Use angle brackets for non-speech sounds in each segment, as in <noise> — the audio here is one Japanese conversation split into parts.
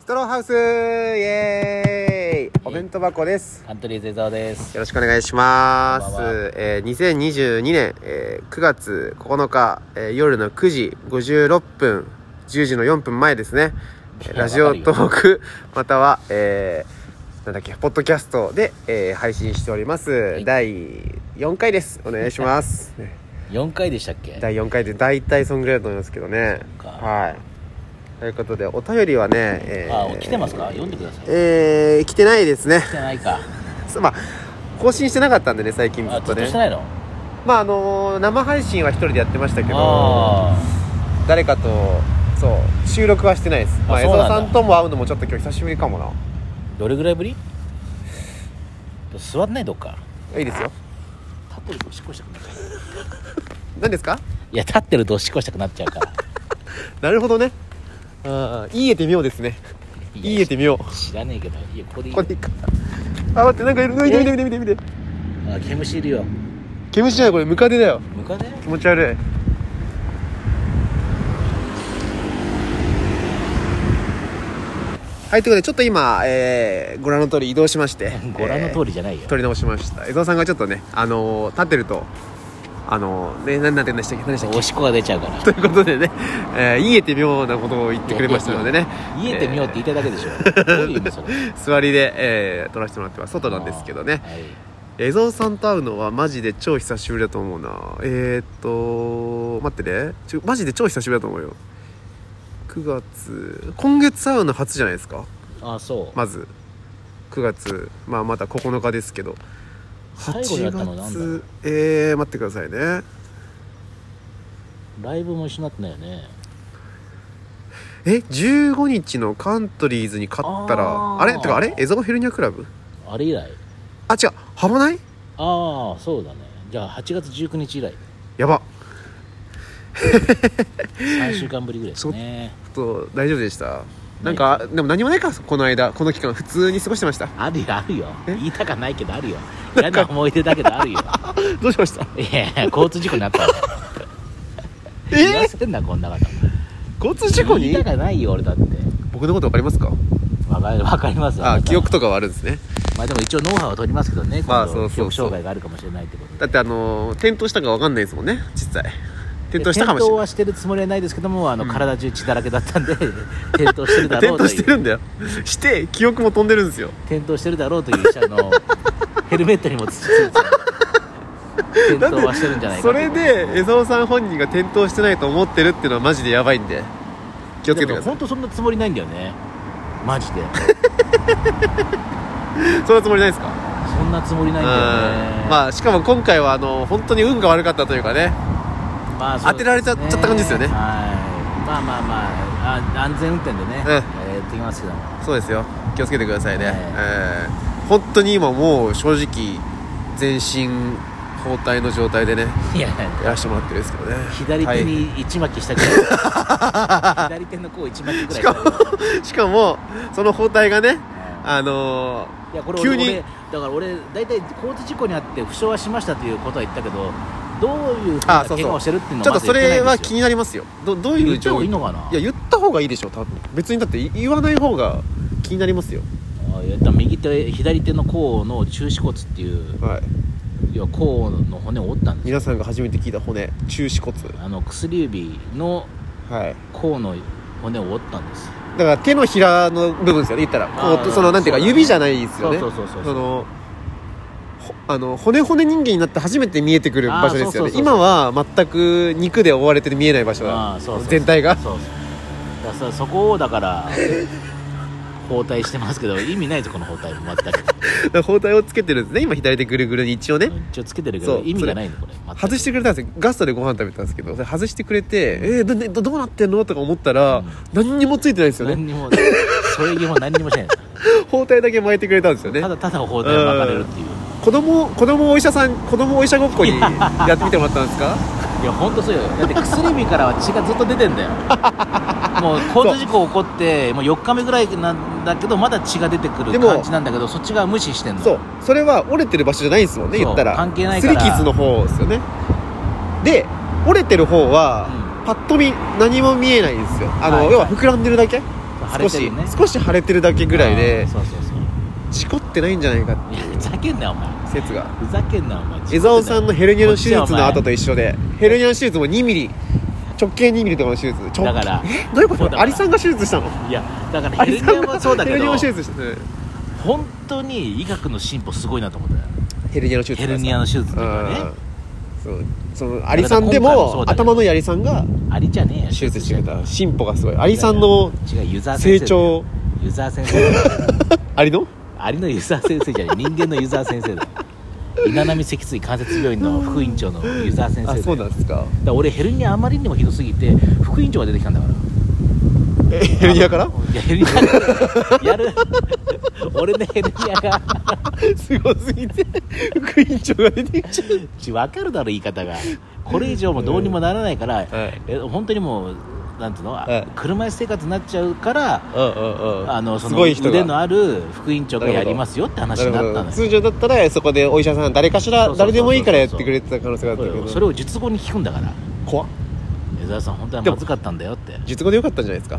ストローハウスイエーイお弁当箱です。カントリーズ江澤ですよろしくお願いします。こんばんはえー2022年、えー9月9日、えー夜の9時56分、10時の4分前ですね。えーラジオトーク、または、えーなんだっけ、ポッドキャストで、えー配信しております。い第4回です。お願いします。 <laughs> ね4回でしたっけ第4回で大体そんぐらいだと思いますけどねそっかはいということでお便りはね、えあ来てますか読んでください来えー、来てないですね <laughs> てないかそうまあ更新してなかったんでね最近ずあっずとっとねしてないのまああのー生配信は一人でやってましたけどあ誰かとそう収録はしてないですあまあ江そうなん澤ださんとも会うのもちょっと今日久しぶりかもなーどれぐらいぶり座んないどっかいいですよ立ってるとおしっこしたくなっちゃう何ですかいや立ってるとおしっこしたくなっちゃうからなるほどねあー言い得て妙ですねい <laughs> や言い得て妙知らねえけどいやここでいいこれいいかあ待ってなんかいる見て見て見て見て見てあ毛虫いるよ毛虫じゃないこれムカデだよムカデ気持ち悪いはいということでちょっと今、えーご覧の通り移動しまして <laughs> ご覧のり、通りじゃないよえー撮り直しました江澤さんがちょっとねあのー立ってるとあのーね何なんて言うんでしたっけ何でしたっおしっこが出ちゃうからけということでね、えー、言えて妙なことを言ってくれましたのでね言えてみようって言いたいだけ <laughs> でしょどういう意味それえー座りで、えー撮らせてもらっては外なんですけどね江蔵さんと会うのはマジで超久しぶりだと思うなえー、っと待ってねちょマジで超久しぶりだと思うよ9月今月会うの初じゃないですかあそうまず9月まあまだ9日ですけど最後にやったのなんだろ8う月えー、待ってくださいねライブも一緒になってないよねえ15日のカントリーズに勝ったらああーれてかあれ江蔵ヘルニアクラブあれ以来あ違うハマないああそうだねじゃあ8月19日以来やば3週間ぶりぐらいですねちょっと大丈夫でしたなんかでも何もないかこの間この期間普通に過ごしてましたあるよあるよえ言いたかないけどあるよ嫌な思い出 <laughs> だけどあるよどうしましたいやいや交通事故になったわえ言わせんなこんな方交通事故言いにたかないよ俺だって僕のこと分かりますかわかるわかりますよあなた記憶とかはあるんですねまあでも一応ノウハウは取りますけどねまあ今そうそう度記そう憶障害があるかもしれないってことだでってあのー転倒したか分かんないですもんね実際転倒したかもし転れな倒いはしてるつもりはないですけどもあの体中血だらけだったんで転倒してるだ転ろうと倒いうしてるんだよ <laughs> して記憶も飛んでるんですよ転倒してるだろうという医 <laughs> 者のヘルメットにも土ついてた転倒はしてるんじゃないかそとれで江澤さん本人が転倒してないと思ってるっていうのはマジでやばいんで気をつけてくだでもさい本当そんなつもりないんだよねマジでそんなつもりないですかそんなつも <laughs> りうなんいんだよねまあしかも今回はあの本当に運が悪かったというかねまあそう当てられちゃちゃった感じですよねはいまあまあまああ安全運転でね、うんえーやっていきますけども <laughs> そうですよ気をつけてくださいね、はいえー本当に今もう正直全身包帯の状態でねいややらせてもらってるんですけどね左手に一巻きしたぐ <laughs> らい左手の甲一巻きぐらしいかも <laughs> しかもその包帯がねあのいやこれ急俺に俺だから俺大体交通事故にあって負傷はしましたということは言ったけどどういうふうあなそうそう怪我をしてるっていうーのちょはっとまずそ言ってなれいんはです気よになりますよどどうい言うった方状がいい況のかないや言った方がいいでしょ多分別にだって言わない方が気になりますよあいやだから右手左手の甲の中趾骨っていうはい要は甲の骨を折ったんですよ皆さんが初めて聞いた骨中止骨あの薬指のはい甲の骨を折ったんですだから手のひらの部分ですよね言ったらあーこうそのなんていうかそうだね指じゃないですよねそうそうそうそそうのほあの骨骨人間になって初めて見えてくる場所ですよねあーそうそうそうそう今は全く肉で覆われて見えない場所あだあそうそう全体がそうそうだからそそこをだから包帯してますけど意味ないですこの包帯も全く包帯をつけてるんですね今左手ぐるぐるに一応ね一応つけてるけそどう意味がないんだこれ全く外してくれたんですよガストでご飯食べたんですけどそれ外してくれて「えーどどどうなってんの?」とか思ったら、うん何にもついてないですよね何にもそれ以外も何にもしないです包帯だけ巻いてくれたんですよねただただ包帯を巻かれるっていう子供子供お医者さん子供お医者ごっこにやってみてもらったんですかいや本当そうよだって薬指からは血がずっと出 <laughs> てんだよもう交通事故起こってもう4日目ぐらいなんだけどまだ血が出てくでるも感じなんだけどそっち側無視してんのそうそれは折れてる場所じゃないんですもんねそう言ったら関係ないからすり傷の方ですよねで折れてる方は、うパッと見何も見えないんですよあの、はい要は膨らんでるだけ少晴れてしるね少し腫れてるだけぐらいあでーそうそうそう事故ってないんじゃないかっいてやいふざけんなよお前う説がふざけんなお前江沢さんのヘルニアの手術の後とい一緒でヘルニアの手術も2ミリ直径2ミリとかの手術直径だからえどういうこそうとだからアリさんが手術したのいやだからアヘリルさニアんはがそうだけヘルニアどの手術した、うん本当に医学の進歩すごいなと思ったよヘルニアの手術ヘルニアの手術とかねうんそうそのアリさんでだから今回もそもうだけど頭のいいアリさんがありじゃねえよ手術してくれいやいた進歩がすごいアやリさんの違うユザー先生成長ユザー先生アリのアリのユザー先生じゃない人間のユザー先生だよ稲波脊椎関節病院の副院長のユザー先生だあよそうなんですかだから俺ヘルニアあまりにもひどすぎて副院長が出てきたんだからえヘルニアから <laughs> いやヘルニアやる俺のヘルニアがすごすぎて副院長が出てきちゃうち分かるだろ言い方がこれ以上もどうにもならないから、いえ本当にもうなんていうの、はい車椅子生活になっちゃうからうんうんうんあのそすのごい人が腕のある副院長がやりますよって話になったのよ通常だったらそこでお医者さん誰かしそらうそうそうそう誰でもいいからやってくれてた可能性があったそうけよどそれを術後に聞くんだから怖っ江沢さん本当はまずかったんだよって術後でよかったんじゃないですか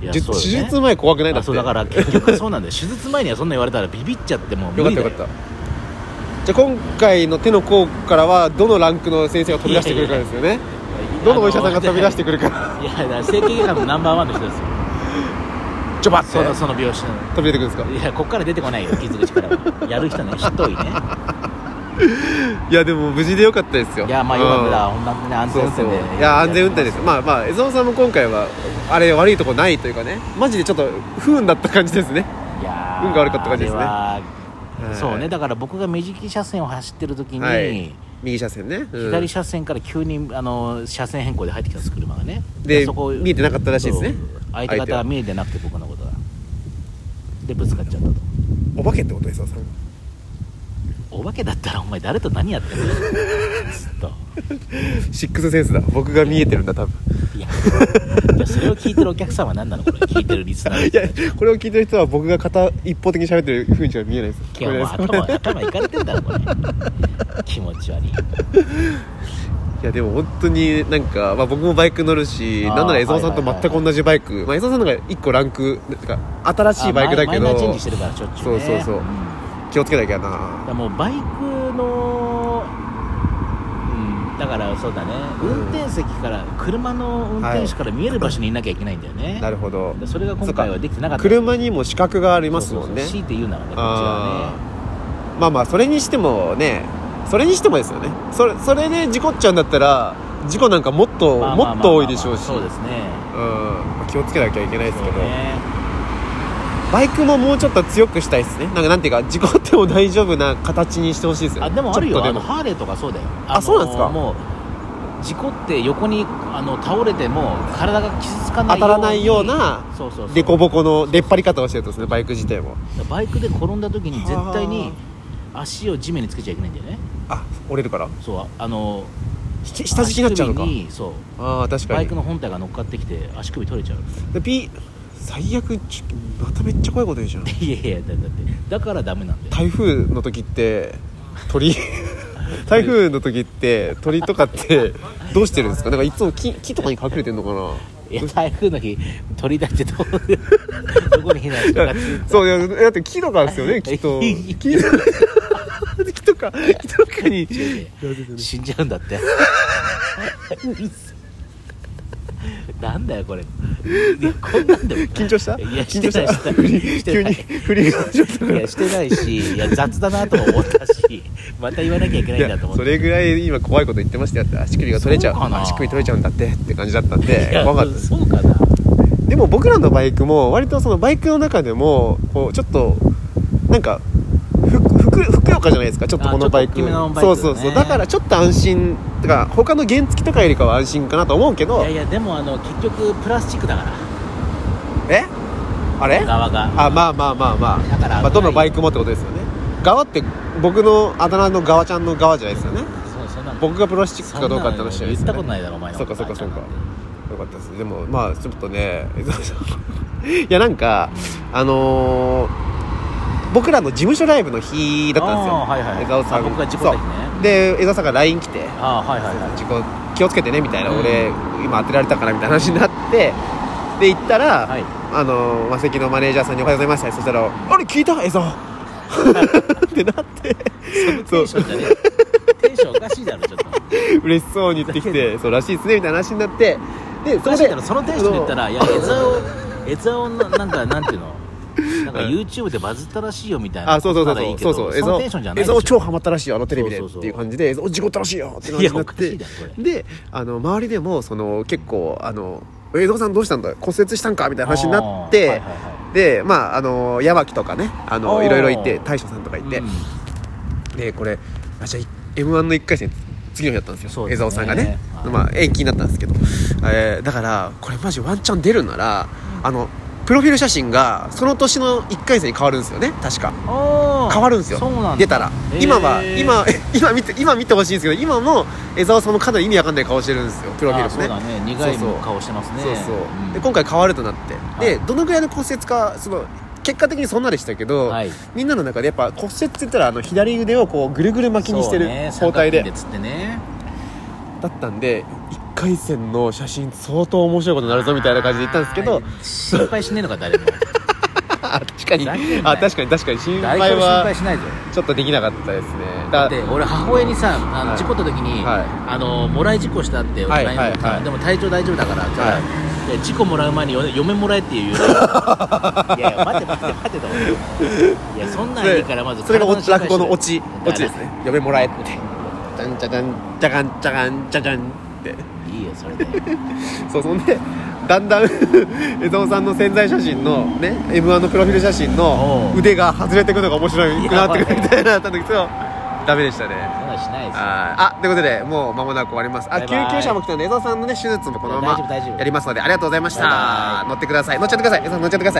いや術そうよ手ね術前怖くないだっあてそうだから結局そうなんだよ手術前にはそんな言われたらビビっちゃってもうよかっ無理ただよかったじゃあ今回の手の甲からはどのランクの先生が飛び出してくるかですよねどのお医者さんが飛び出してくくるかるいやだから整形外科のナンバーワンの人ですよ <laughs> ちょばっその飛その病室のび出てくるんですかいやこっから出てこないよ傷口からはやる人ねひどいねいやでも無事でよかったですよいやまあよかっただ、ほんまにね安全運転そうでそういや安全運転ですまあまあ江澤さんも今回はあれ悪いとこないというかねマジでちょっと不運だった感じですねいや運が悪かった感じですねあれははいそうねだから僕が目敷車線を走ってる時に、はい右車線ね、うん左車線から急にあの車線変更で入ってきたんです車がねでそこ見えてなかったらしいですねそう相手相手方はは見えてなくて僕のことがでぶつかっちゃったとお化けってこと江澤さんお化けだったらお前誰と何やってんのずっとシックスセンスだ僕が見えてるんだ多分いやじゃあそれを聞いてるお客さんは何なのこれ聞いてるリスナーのい人やたちこれを聞いてる人は僕が片一方的に喋ってる雰囲気が見えないですいやもうごめんな頭さい頭いかれてんだろこれ気持ち <laughs> 悪いいやでも本当になんか、まあ、僕もバイク乗るしあーなんなら江澤さんとはいはいはい全く同じバイク、まあ、江澤さんの方が一個ランクなんか新しいバイクだけあマイマイどナーチェンジしてるからしょっちゅうねそうそうそうんだ気をつけなきゃなからもうバイクのうんだからそうだねうん運転席から車の運転手から見える場所にいなきゃいけないんだよね、なるほどそれが今回はできてなかった車にも資格がありますもんねそうそうそう強いて言うならねこっちあはねーまあまあそれにしてもねそれにしてもですよねそれそれで事故っちゃうんだったら事故なんかもっとまあまあまあもっと多いでしょうしそうですねうんまあ気をつけなきゃいけないですけそうど、ねバイクももうちょっと強くしたいですねなんかなんていうか事故っても大丈夫な形にしてほしいですよねあでもあるちょよっとあでのもハーレーとかそうだよあのそうなんですかもう事故って横にあの倒れても体が傷つかないように当たらないようなそうそうそう凸凹の出っ張り方をしてるとですねバイク自体もバイクで転んだ時に絶対はに足を地面につけちゃいけないんだよねあ折れるからそうあのひ下敷きになっちゃうのか足首にそうああ確かバイにクの本体が乗っかってきて足首取れちゃう <laughs> でピー最悪ちょまためっちゃ怖いこと言うじゃんいやいやだだってだからダメなんだよ台風の時って鳥 <laughs> 台風の時って鳥とかってどうしてるんですかなんかいつも木木とかに隠れてんのかないや台風の日鳥だってど <laughs> こどこに避難しいたやかっていうそういやだって木とかですよねきっと木とか木とかに <laughs> 死んじゃうんだって <laughs> なんだよこれいやこんなんでも緊張したいや緊張したしてないして急なにい振りがちょっといやしてないしいや雑だなとも思ったしまた言わなきゃいけないいんだやと思っそてれぐらい今怖いこと言ってましたよって足首が取れちゃうそうかな足首取れちゃうんだってって感じだったんでいや怖かったですそうかなでも僕らのバイクも割とそのバイクの中でもこうちょっとなんかふふくふくよかじゃないですかちょっとこのバイあちょクっと大きめのバイクそだうねそうそうだからちょっと安心とか他の原付とかよりかは安心かなと思うけいどやいやでもあの結局プラスチックだかえあれら側があまあまあまあまあだからまあ、どのバイクもってことですよね側って僕のあだ名の側ちゃんの側じゃないですよねそうそんなの僕がプラスチックかどうかって話じそゃなんないでのす言っよたねことないだろお前のそうかそうかそうかよかったですでもまあちょっとねいやなん <laughs> かあのー僕らの事務所ライブの日だったんですよあーはいはい江沢さあん僕が事故った日ねそうで江沢さんが LINE 来てああはいはい「は事故気をつけてね」みたいな、うん俺今当てられたからみたいな話になってで行ったら、はいああのマセキのマネージャーさんに「おはようございました」そしたら「あれ聞いた映像」 <laughs> ってなってテそンうションじゃねえよテンションおかしいだろちょっと嬉しそうに言ってきて「そうらしいですね」みたいな話になってでおそかこしいでだろそのテンションで言ったらいや江沢を江沢をななんかなんていうのなんかうん YouTube でバズったらしいよみたいなあそうそうそうならそいういけそどうそうそのテンションじゃないでしょ映像超ハマったらしいよあのテレビでそうそうそうっていう感じで映像事故ったらしいよって感いじやになおっかしいてだろこれであの周りでもその結構あの映像さんどうしたんだ骨折したんかみたいな話になって、あーはいはいはでまああの矢脇とかねあおのーいろいろいて大将さんとかいいて、うんでこれあじゃあ m 1の1回戦次の日だったんですそよう江ですね澤、さんがね、はいまあ、延期になったんですけど、えーだからこれマジワンチャン出るならあのプロフィール写真がその年の1回戦に変わるんですよね確かあー変わるんですよそうなんだ出たらへー今は今今見て今見てほしいんですけど今も江澤さんもかなり意味わかんない顔してるんですよプロフィーあルーもそうねだね苦いそうそう顔してますねそうそう、んで今回変わるとなって、はいでどのぐらいの骨折かその結果的にそんなでしたけど、はいみんなの中でやっぱ骨折って言ったらあの左腕をこうぐるぐる巻きにしてるそうね包帯で,、三角巾つってねだったんで1回戦の写真相当面白いことになるぞみたいな感じで言ったんですけあどー心配しねえのか誰もあ確かにふざけんなよあ確かに確かに心誰配も心配はしないぞちょっとできなかったですねだだって俺母親にさあのはい事故った時に、はいあのもらい事故したってはい LINE はいはいでも体調大丈夫だからって、はいで事故もらう前に嫁嫁もらえっ <laughs> ていういやいや待て待て待てと思っていやそんなんいいからまずそれが体の心配落語しろよのオチだオかチらですね嫁もらえってじゃんじゃじゃんじゃかんじゃかんじゃじゃんって <laughs> いいよそれでそうそんでだんだん <laughs> 江澤さんの潜在写真のね m 1のプロフィール写真のおう腕が外れてくのが面白いくなってくるみたいなのだったんだけどダメでしたねそんなんしないですよああということでもう間もなく終わりますあバイバイ救急車も来たので江澤さんのね手術もこのま大丈夫大丈ま夫やりますのでありがとうございましたバイバイ乗ってください乗っちゃってください江澤さん乗っちゃってください